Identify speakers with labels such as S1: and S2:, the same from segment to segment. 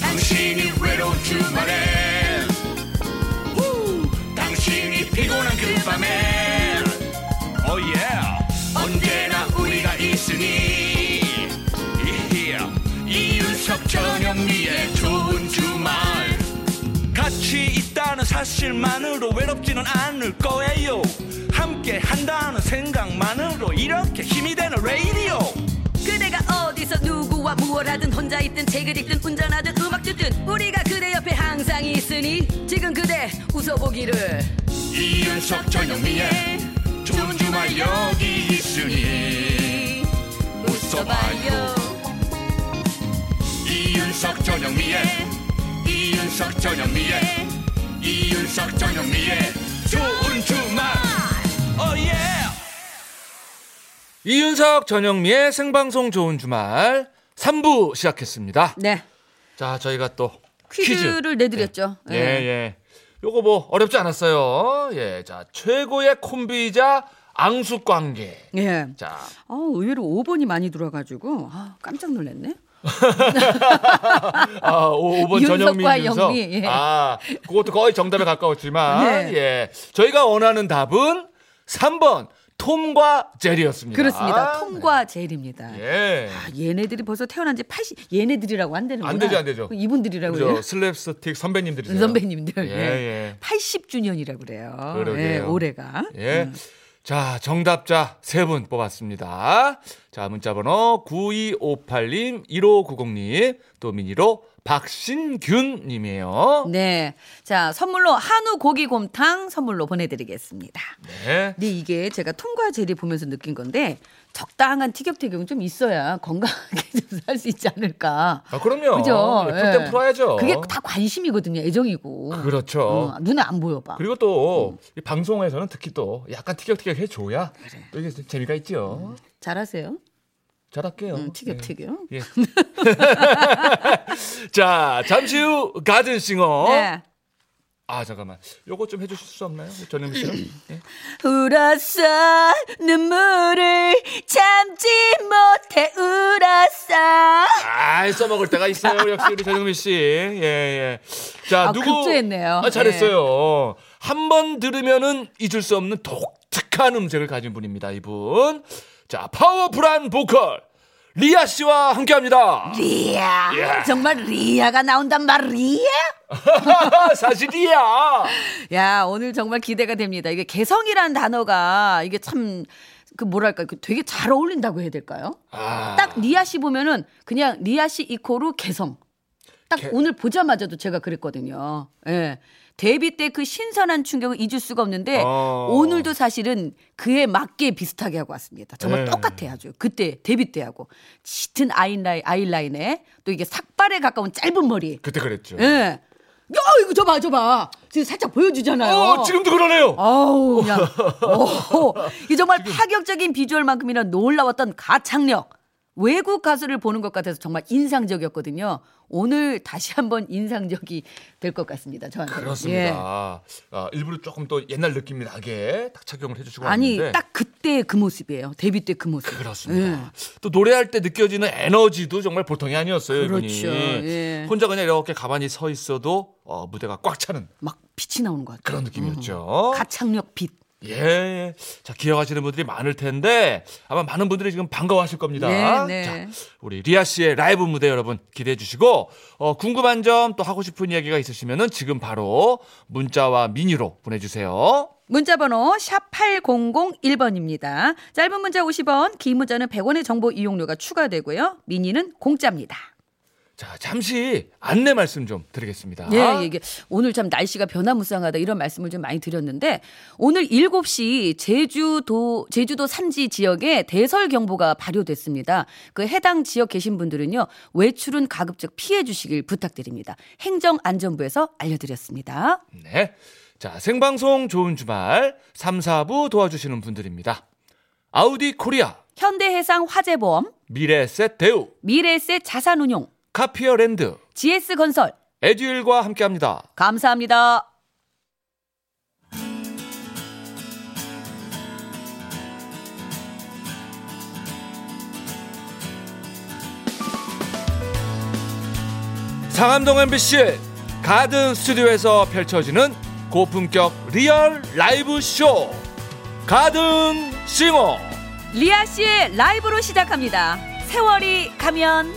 S1: 당신이 외로운 주말에 후! 당신이 피곤한 그 밤에 oh yeah. 언제나 우리가 있으니 이히야. 이윤석 전영미의 좋은 주말
S2: 같이 있다는 사실만으로 외롭지는 않을 거예요 함께 한다는 생각만으로 이렇게 힘이 되는 레이디오
S3: 그대가 어디서 누구와 무엇 하든 혼자 있든 책을 읽든 운전하든 음악 듣든 우리가 그대 옆에 항상 있으니 지금 그대 웃어보기를
S1: 이윤석 전영미의 좋은 주말 여기 있으니 웃어봐요 이윤석 전영미의 이윤석 전영미의 이윤석 전영미의 좋은 주말
S2: 어예
S4: 이윤석 전영미의 생방송 좋은 주말 3부 시작했습니다.
S3: 네
S4: 자, 저희가 또 퀴즈.
S3: 퀴즈를 내드렸죠
S4: 예,
S3: 예.
S4: 예. 요거 뭐 어렵지 않았어요. 예. 자, 최고의 콤비이자 앙숙 관계.
S3: 예.
S4: 자,
S3: 아, 의외로 5번이 많이 들어가지고 아, 깜짝 놀랐네.
S4: 아, 5번
S3: 윤석과
S4: 전영미 윤석.
S3: 영미, 예.
S4: 아, 그것도 거의 정답에 가까웠지만
S3: 네.
S4: 예. 저희가 원하는 답은 3번 톰과 제리였습니다.
S3: 그렇습니다.
S4: 아,
S3: 통과 젤입니다.
S4: 예.
S3: 아, 얘네들이 벌써 태어난 지 80, 얘네들이라고 안 되는
S4: 안 되죠, 안 되죠.
S3: 이분들이라고
S4: 그죠?
S3: 해요.
S4: 슬랩스틱 선배님들이세요.
S3: 선배님들.
S4: 예,
S3: 예.
S4: 예.
S3: 80주년이라고 그래요.
S4: 그러게요.
S3: 예, 올해가.
S4: 예. 자, 정답자 세 분 뽑았습니다. 자, 문자번호 9258님, 1590님, 또 미니로 박신균님이에요.
S3: 네. 자, 선물로 한우 고기 곰탕 선물로 보내드리겠습니다.
S4: 네.
S3: 근데 이게 제가 통과 젤이 보면서 느낀 건데 적당한 티격태격은 좀 있어야 건강하게 좀 살 수 있지 않을까.
S4: 아, 그럼요.
S3: 그죠?
S4: 예쁠 땐
S3: 예.
S4: 풀어야죠.
S3: 그게 다 관심이거든요. 애정이고.
S4: 그렇죠.
S3: 어, 눈에 안 보여봐.
S4: 그리고
S3: 음.
S4: 또, 이 방송에서는 특히 또, 약간 티격태격 해줘야, 또 이게 재미가 있죠.
S3: 잘하세요.
S4: 잘할게요.
S3: 음, 티격태격.
S4: 예. 예. 자, 잠시 후 가든싱어.
S3: 네.
S4: 아, 잠깐만. 요거 좀 해주실 수 없나요? 전현미 씨는?
S3: 음.
S4: 예.
S3: 울었어 눈물을 참지 못해 울었어.
S4: 아, 써먹을 때가 있어요. 역시 우리 전영미 씨. 예, 예. 자,
S3: 아,
S4: 누구.
S3: 급조했네요. 예.
S4: 아, 잘했어요. 한 번 들으면은 잊을 수 없는 독특한 음색을 가진 분입니다. 이분. 자, 파워풀한 보컬. 리아 씨와 함께 합니다.
S3: 리아
S4: 예.
S3: 정말 리아가 나온단 말이야.
S4: 아, 사실 리아.
S3: 야 오늘 정말 기대가 됩니다. 이게 개성이라는 단어가 이게 참. 그 뭐랄까 그 되게 잘 어울린다고 해야 될까요?
S4: 아.
S3: 딱 리아 씨 보면은 그냥 리아 씨 이코로 개성. 딱
S4: 개-
S3: 오늘 보자마자도 제가 그랬거든요. 예. 데뷔 때 그 신선한 충격을 잊을 수가 없는데
S4: 어.
S3: 오늘도 사실은 그에 맞게 비슷하게 하고 왔습니다. 정말
S4: 네.
S3: 똑같아요 아주. 그때 데뷔 때 하고 짙은 아이라인 아이라인에 또 이게 삭발에 가까운 짧은 머리.
S4: 그때 그랬죠.
S3: 예. 야 이거 저봐 저봐. 지금 살짝 보여주잖아요.
S4: 어, 지금도 그러네요.
S3: 아우, 그냥, 오, 이 정말 파격적인 비주얼만큼이나 놀라웠던 가창력. 외국 가수를 보는 것 같아서 정말 인상적이었거든요. 오늘 다시 한번 인상적이 될 것 같습니다. 예. 저한테.
S4: 그렇습니다. 아, 일부러 조금 또 옛날 느낌이 나게 딱 착용을 해주시고
S3: 아니,
S4: 왔는데.
S3: 딱 그때 그 모습이에요. 데뷔 때 그 모습.
S4: 그렇습니다. 또 노래할 때 느껴지는 에너지도 정말 보통이 아니었어요. 이분이.
S3: 그렇죠. 예.
S4: 혼자 그냥 이렇게 가만히 서 있어도 어, 무대가 꽉 차는
S3: 막 빛이 나오는 것 같아요. 음.
S4: 그런 느낌이었죠.
S3: 가창력 빛.
S4: 예, 예. 자 기억하시는 분들이 많을 텐데 아마 많은 분들이 지금 반가워하실 겁니다.
S3: 네, 네.
S4: 자, 우리 리아 씨의 라이브 무대 여러분 기대해 주시고 어, 궁금한 점 또 하고 싶은 이야기가 있으시면은 지금 바로 문자와 미니로 보내주세요.
S3: 문자번호 샵 8001번입니다. 짧은 문자 50원, 긴 문자는 100원의 정보 이용료가 추가되고요. 미니는 공짜입니다.
S4: 자 잠시 안내 말씀 좀 드리겠습니다.
S3: 예, 예, 이게 오늘 참 날씨가 변화무쌍하다 이런 말씀을 좀 많이 드렸는데 오늘 7시 제주도 제주도 산지 지역에 대설 경보가 발효됐습니다. 그 해당 지역 계신 분들은요. 외출은 가급적 피해 주시길 부탁드립니다. 행정안전부에서 알려드렸습니다.
S4: 네. 자, 생방송 좋은 주말 3, 4부 도와주시는 분들입니다. 아우디 코리아,
S3: 현대해상 화재보험,
S4: 미래셋 대우,
S3: 미래에셋 자산운용,
S4: 카피어랜드,
S3: GS건설
S4: 에듀일과 함께 합니다.
S3: 감사합니다.
S4: 상암동 MBC 가든 스튜디오에서 펼쳐지는 고품격 리얼 라이브 쇼 가든 싱어
S3: 리아 씨의 라이브로 시작합니다. 세월이 가면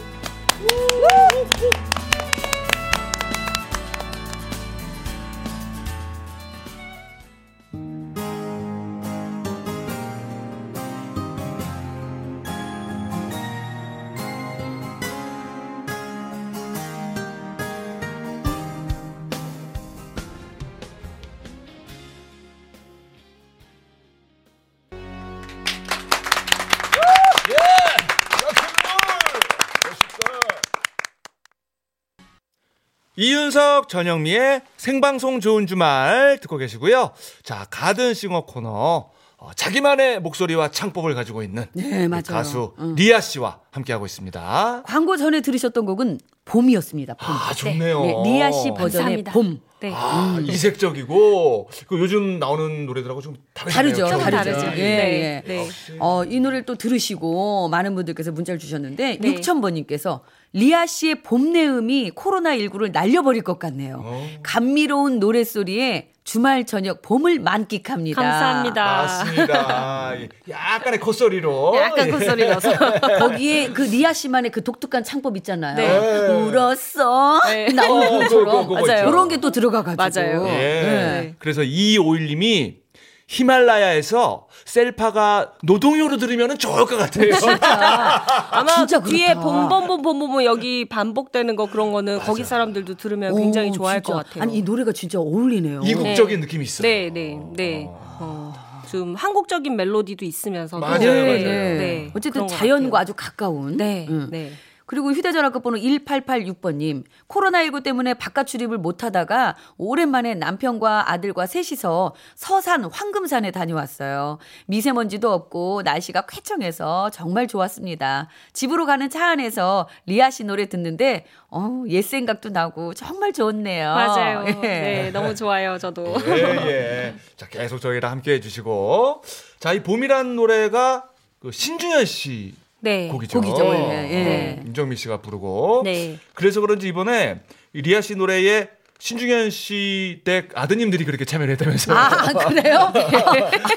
S4: 이윤석 전영미의 생방송 좋은 주말 듣고 계시고요. 자 가든 싱어 코너 어, 자기만의 목소리와 창법을 가지고 있는
S3: 네,
S4: 이
S3: 맞아요. 아,
S4: 예, 가수
S3: 응.
S4: 리아 씨와 함께하고 있습니다.
S3: 광고 전에 들으셨던 곡은 봄이었습니다. 봄.
S4: 아 좋네요.
S3: 네, 리아 씨 버전의
S5: 감사합니다.
S3: 봄.
S5: 네.
S4: 아, 이색적이고 그 요즘 나오는 노래들하고 좀 다르네요.
S3: 다르죠,
S4: 저희가.
S3: 다르죠.
S5: 다르죠.
S3: 예, 예.
S5: 네. 네.
S3: 어, 이 노래를 또 들으시고 많은 분들께서 문자를 주셨는데
S5: 네.
S3: 6000번님께서 리아 씨의 봄내음이 코로나19를 날려버릴 것 같네요. 감미로운 노랫소리에 주말 저녁 봄을 만끽합니다.
S5: 감사합니다.
S4: 맞습니다. 예, 약간의 콧소리로.
S5: 네, 약간
S4: 예.
S5: 콧소리 넣어서.
S3: 거기에 그 리아 씨만의 그 독특한 창법 있잖아요.
S5: 네.
S3: 울었어.
S5: 네.
S4: 어,
S3: 나오는
S4: 그거,
S3: 것처럼.
S4: 그거
S5: 맞아요.
S3: 그런 게 또 들어가가지고.
S5: 맞아요.
S4: 예.
S5: 네.
S4: 그래서 2251님이 히말라야에서 셀파가 노동요로 들으면 좋을 것 같아요.
S5: 아마
S3: 진짜 그렇다.
S5: 뒤에 봄봄봄봄봄 여기 반복되는 거 그런 거는 거기 사람들도 들으면 굉장히
S3: 오,
S5: 좋아할
S3: 진짜.
S5: 것 같아요.
S3: 아니 이 노래가 진짜 어울리네요.
S4: 이국적인 느낌이 있어요.
S5: 네, 네, 네. 어, 좀 한국적인 멜로디도 있으면서
S4: 맞아요,
S3: 네,
S4: 맞아요.
S3: 네.
S5: 네,
S3: 어쨌든
S5: 그런 것
S3: 자연과
S5: 같아요.
S3: 아주 가까운.
S5: 네,
S3: 음.
S5: 네.
S3: 그리고 휴대전화 끝번호 1886번님 코로나19 때문에 바깥 출입을 못하다가 오랜만에 남편과 아들과 셋이서 서산 황금산에 다녀왔어요. 미세먼지도 없고 날씨가 쾌청해서 정말 좋았습니다. 집으로 가는 차 안에서 리아 씨 노래 듣는데 어, 옛 생각도 나고 정말 좋네요.
S5: 맞아요.
S3: 예.
S5: 네, 너무 좋아요, 저도.
S4: 예, 예. 자, 계속 저희랑 함께 해주시고. 자, 이 봄이란 노래가 그 신중현 씨
S5: 네.
S4: 곡이죠.
S3: 곡이죠, 원래. 예.
S4: 어, 임정민 씨가 부르고.
S5: 네.
S4: 그래서 그런지 이번에 이 리아 씨 노래에 신중현 씨 댁 아드님들이 그렇게 참여를 했다면서요.
S3: 아 그래요?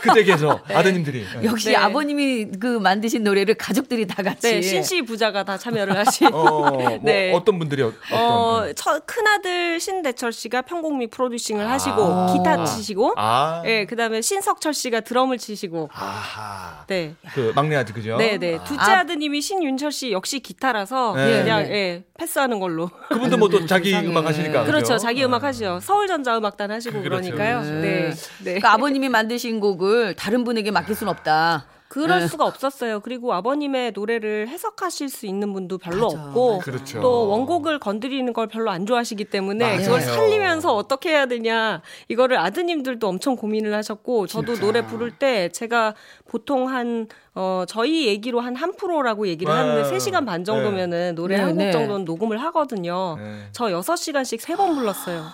S4: 그 댁에서 아드님들이.
S3: 역시
S5: 네.
S3: 아버님이 그 만드신 노래를 가족들이 다 같이
S5: 네, 신씨 부자가 다 참여를 하신.
S4: 어, 뭐
S5: 네.
S4: 어떤 분들이 어- 어떤.
S5: 어, 첫 큰아들 신대철 씨가 편곡미 프로듀싱을 하시고
S4: 아.
S5: 기타 치시고
S4: 아.
S5: 예, 그다음에 신석철 씨가 드럼을 치시고
S4: 아하.
S5: 네.
S4: 그 막내 아들 그죠?
S5: 네, 네. 둘째
S3: 아.
S5: 아. 드님이 신윤철 씨 역시 기타라서
S4: 네.
S5: 그냥
S3: 네.
S5: 예, 패스하는 걸로.
S4: 그분도 뭐 또 자기 음악 하시니까.
S5: 그렇죠. 자기 음악 하시죠. 서울전자음악단 하시고
S4: 아, 그렇죠.
S5: 그러니까요. 네. 네.
S3: 그러니까 아버님이 만드신 곡을 다른 분에게 맡길 순 없다.
S5: 그럴
S4: 예.
S5: 수가 없었어요. 그리고 아버님의 노래를 해석하실 수 있는 분도 별로 없고
S4: 그렇죠.
S5: 또 원곡을 건드리는 걸 별로 안 좋아하시기 때문에
S4: 맞아요.
S5: 그걸 살리면서 어떻게 해야 되냐 이거를 아드님들도 엄청 고민을 하셨고 저도 노래 부를 때 제가 보통 한 어, 저희 얘기로 한 한 프로라고 얘기를
S4: 네.
S5: 하는데 3시간 반 정도면은 노래
S3: 네,
S5: 한 곡
S3: 네.
S5: 정도는 녹음을 하거든요.
S4: 네.
S5: 저 6시간씩 세 번 불렀어요.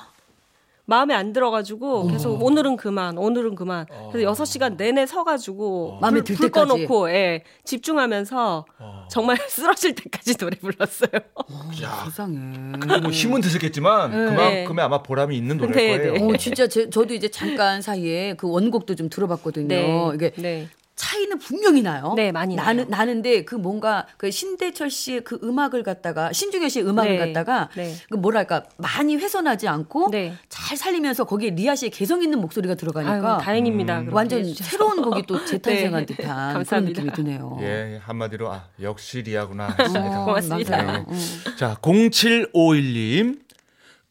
S5: 마음에 안 들어가지고 계속 오늘은 그만, 오늘은 그만. 그래서 여섯 시간 내내 서가지고
S3: 어. 마음에
S5: 불,
S3: 들
S5: 불
S3: 때까지. 어.
S5: 꺼놓고 예, 집중하면서 정말 쓰러질 때까지 노래 불렀어요. 아,
S4: 야,
S3: 세상에.
S4: 근데 뭐 힘은 드셨겠지만 그만큼의 아마 보람이 있는 노래일
S5: 음. 네,
S4: 거예요.
S5: 네.
S3: 어, 진짜 제, 저도 이제 잠깐 사이에 그 원곡도 좀 들어봤거든요. 이게
S5: 네.
S3: 차이는 분명히 나요.
S5: 네, 많이
S3: 나는, 나는데 그 뭔가 그 신대철 씨의 그 음악을 갖다가 신중현 씨의 음악을
S5: 네,
S3: 갖다가
S5: 네.
S3: 그 뭐랄까 많이 훼손하지 않고
S5: 네.
S3: 잘 살리면서 거기에 리아 씨의 개성 있는 목소리가 들어가니까 음.
S5: 아유, 다행입니다. 예. 그렇게
S3: 그러니까 완전
S5: 해주셔서.
S3: 새로운 곡이 또 재탄생한
S5: 네.
S3: 듯한
S5: 감사합니다. 어,
S3: 그런 느낌이 드네요.
S4: 예, 한마디로 아, 역시 리아구나 했습니다. 네.
S3: 어,
S5: 고맙습니다.
S3: 맞아요. 음.
S4: 자, 0751님.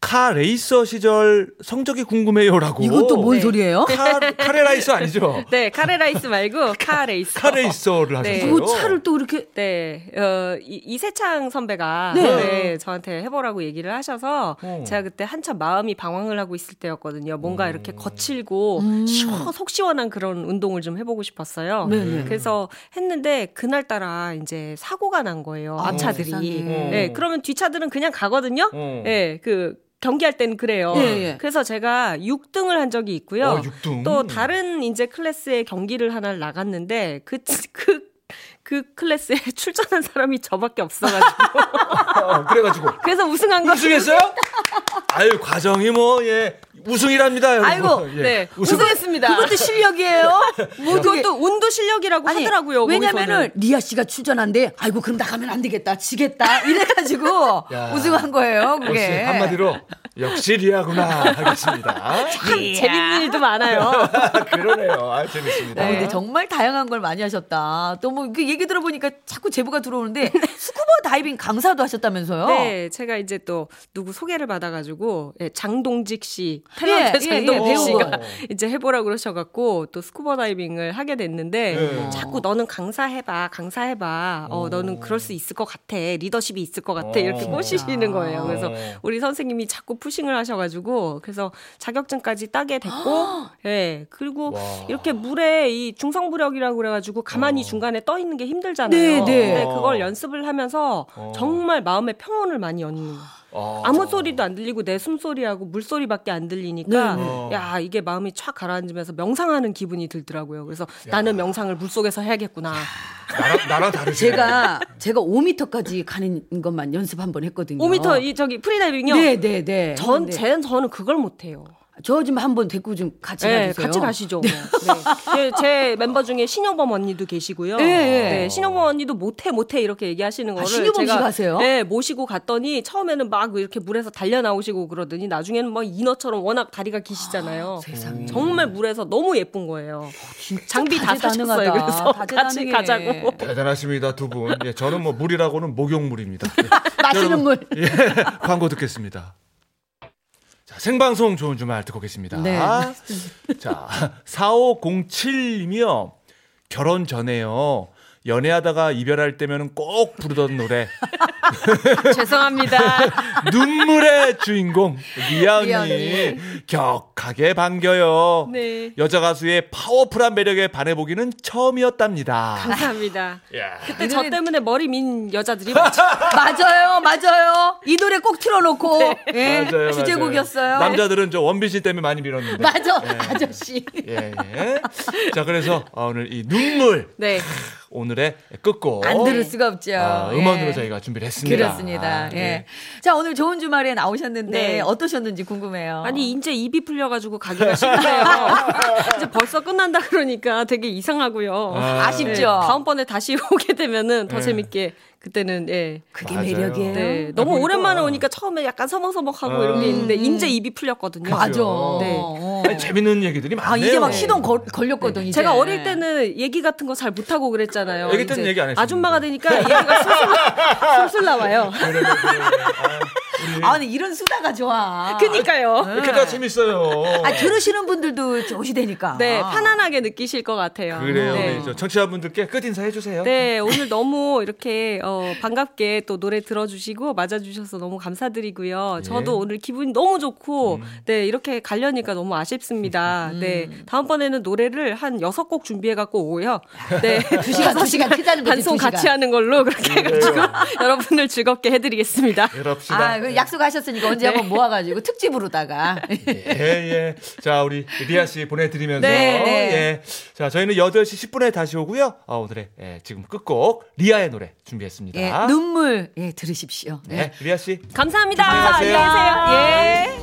S4: 카 레이서 시절 성적이 궁금해요라고.
S3: 이것도 뭐 뭔 소리예요?
S4: 카, 카레라이서 아니죠?
S5: 네, 카레라이스 말고 카레이스.
S4: 카레이서를
S5: 네.
S4: 하셨어요.
S3: 그 차를 또 이렇게
S5: 네, 어, 이- 이세창 선배가
S3: 네.
S5: 네. 저한테 해보라고 얘기를 하셔서
S4: 어.
S5: 제가 그때 한참 마음이 방황을 하고 있을 때였거든요. 뭔가
S3: 어.
S5: 이렇게 거칠고 시원, 속 시원한 그런 운동을 좀 해보고
S3: 음.
S5: 싶었어요.
S3: 네, 네.
S5: 그래서 했는데 그날따라 이제 사고가 난 거예요.
S3: 아,
S5: 앞차들이.
S3: 세상에.
S4: 어.
S5: 네, 그러면 뒤차들은 그냥 가거든요.
S4: 어.
S5: 네, 그 경기할 때는 그래요.
S3: 예, 예.
S5: 그래서 제가 6등을 한 적이 있고요.
S4: 어, 육등.
S5: 또 다른 이제 클래스의 경기를 하나 나갔는데 그 그 그 그 클래스에 출전한 사람이 저밖에 없어가지고
S4: 어, 그래가지고
S5: 그래서 우승한 거.
S4: 우승했어요? 아유 과정이 뭐 예 우승이랍니다. 여러분.
S5: 아이고,
S4: 예.
S5: 네
S4: 우승.
S5: 우승했습니다. 네.
S3: 그것도 실력이에요. 모두
S5: 그것도 운도 실력이라고 하더라고요.
S3: 왜냐면은
S5: 거기서는.
S3: 리아 씨가 추전한데 아이고 그럼 나가면 안 되겠다 지겠다 이래가지고
S4: 야.
S3: 우승한 거예요.
S4: 역시
S3: 그게
S4: 한마디로 역시 리아구나 하겠습니다.
S5: 참 재밌는 일도 많아요.
S4: 그러네요. 아 재밌습니다.
S3: 어, 근데 정말 다양한 걸 많이 하셨다. 또 뭐 그 얘기 들어보니까 자꾸 제보가 들어오는데 스쿠버 다이빙 강사도 하셨다면서요?
S5: 네, 제가 이제 또 누구 소개를 받아가지고 예, 장동직 씨, 탤런트
S3: 예, 예, 예,
S5: 장동직
S3: 배우.
S5: 씨가 이제 해보라고 그러셔갖고 또 스쿠버 다이빙을 하게 됐는데
S4: 네.
S5: 자꾸 너는 강사해봐, 강사해봐. 어, 너는 그럴 수 있을 것 같아, 리더십이 있을 것 같아 이렇게
S4: 어.
S5: 꼬시시는 거예요. 그래서
S4: 어.
S5: 우리 선생님이 자꾸 푸싱을 하셔가지고 그래서 자격증까지 따게 됐고, 예, 그리고
S4: 와.
S5: 이렇게 물에 이 중성부력이라고 그래가지고
S4: 어.
S5: 가만히 중간에 떠 있는 게 힘들잖아요.
S3: 네, 네.
S5: 근데 그걸 연습을 하면서
S4: 어.
S5: 정말 마음의 평온을 많이 얻는 거예요.
S4: 아.
S5: 아무 소리도 안 들리고 내 숨소리하고 물소리밖에 안 들리니까
S3: 네,
S4: 네.
S5: 야 이게 마음이 촥 가라앉으면서 명상하는 기분이 들더라고요. 그래서 나는 명상을 물속에서 해야겠구나.
S4: 나랑 나랑 다르지.
S3: 제가 제가 5m까지 가는 것만 연습 한 번 했거든요.
S5: 5m 이 저기 프리다이빙요. 이
S3: 네네네. 네.
S5: 전
S3: 근데
S5: 쟤는 저는 그걸 못해요.
S3: 저 지금 한번 데리고 좀 같이
S5: 네,
S3: 가주세요.
S5: 같이 가시죠. 네. 예, 제 멤버 중에 신여범 언니도 계시고요.
S3: 예, 예.
S5: 네, 신여범 언니도 못해 못해 이렇게 얘기하시는 거를
S3: 아, 신여범
S5: 제가
S3: 씨가 하세요?
S5: 네, 모시고 갔더니 처음에는 막 이렇게 물에서 달려 나오시고 그러더니 나중에는 막 인어처럼 워낙 다리가 기시잖아요.
S3: 세상에. 어,
S5: 정말 물에서 너무 예쁜 거예요. 장비 다
S3: 다재다능하다. 아,
S5: 사셨어요. 그래서 같이
S3: 다재다능해.
S5: 가자고.
S4: 대단하십니다 두 분. 예, 저는 뭐 물이라고는 목욕물입니다.
S3: 마시는 물.
S4: 예, 광고 듣겠습니다. 자, 생방송 좋은 주말 듣고 계십니다.
S3: 네.
S4: 자, 4507님이요. 결혼 전에요. 연애하다가 이별할 때면 꼭 부르던 노래.
S5: 죄송합니다.
S4: 눈물의 주인공 리아
S3: 리아
S4: 언니 격하게 반겨요.
S5: 네.
S4: 여자 가수의 파워풀한 매력에 반해보기는 처음이었답니다.
S5: 감사합니다.
S4: 야.
S5: 그때 저 때문에 머리 민 여자들이 많죠.
S3: 맞아요, 맞아요. 이 노래 꼭 틀어놓고
S5: 네.
S3: 예,
S4: 맞아요,
S3: 주제곡이었어요. 네.
S4: 맞아요. 남자들은 저 원빈 씨 때문에 많이 밀었는데.
S3: 맞아, 아저씨.
S4: 예, 예. 자, 그래서 아, 오늘 이 눈물
S5: 네.
S4: 오늘의 끝곡
S3: 안 들을 수가 없죠.
S4: 어? 아, 음원으로
S3: 예.
S4: 저희가 준비를 했습니다.
S3: 그렇습니다.
S4: 아,
S3: 예. 자, 오늘 좋은 주말에 나오셨는데
S5: 네.
S3: 어떠셨는지 궁금해요.
S5: 아니 이제 입이 풀려가지고 가기가 싫네요. 이제 벌써 끝난다 그러니까 되게 이상하고요.
S4: 아.
S3: 아쉽죠?
S5: 네, 다음번에 다시 오게 되면은 더
S4: 네.
S5: 재밌게 그때는 예.
S3: 그게
S4: 맞아요.
S3: 매력이에요.
S5: 네, 너무
S4: 그러니까.
S5: 오랜만에 오니까 처음에 약간 서먹서먹하고
S4: 아.
S5: 이런 게 있는데 이제 입이 풀렸거든요.
S3: 맞아.
S4: 네.
S3: 어.
S4: 아니, 재밌는 얘기들이 많네요. 네.
S3: 아, 이제 막 시동 걸, 걸렸거든, 이제.
S5: 제가 어릴 때는 얘기 같은 거 잘 못하고 그랬잖아요.
S4: 애기 때는
S5: 이제
S4: 얘기 안 했었는데.
S5: 아줌마가 되니까 얘기가 술술, 술술 나와요.
S4: 그래, 그래, 그래. 아,
S3: 아니,
S4: 우리
S3: 이런 수다가 좋아.
S5: 그니까요.
S4: 이렇게 다 재밌어요.
S3: 아, 들으시는 분들도 좋으시다니까.
S5: 네, 편안하게 느끼실 것 같아요.
S4: 그래요.
S5: 네.
S4: 우리 저 청취자분들께 끝 인사해 주세요.
S5: 네, 오늘 너무 이렇게 어, 반갑게 또 노래 들어주시고 맞아주셔서 너무 감사드리고요.
S3: 예.
S5: 저도 오늘 기분이 너무 좋고,
S3: 음.
S5: 네, 이렇게 가려니까 너무 아쉽습니다. 네, 다음번에는 노래를 한 여섯 곡 준비해갖고 오고요. 네,
S3: 두 시간, 두 시간 피자는 거지,
S5: 반송
S3: 두 시간. 네.
S5: 같이 하는 걸로 그렇게 해가지고 여러분을 즐겁게 해드리겠습니다.
S4: 그럽시다.
S3: 아, 그 약속하셨으니까 언제
S4: 네.
S3: 한번 모아가지고 특집으로다가.
S4: 예, 예. 자, 우리 리아 씨 보내드리면서.
S3: 네, 네.
S4: 예. 자, 저희는 8시 10분에 다시 오고요. 아, 오늘의 예, 지금 끝곡 리아의 노래 준비했습니다.
S3: 예, 눈물, 예, 들으십시오. 예.
S4: 네, 리아 씨.
S5: 감사합니다.
S4: 조심히 가세요.
S5: 안녕히 계세요. 예.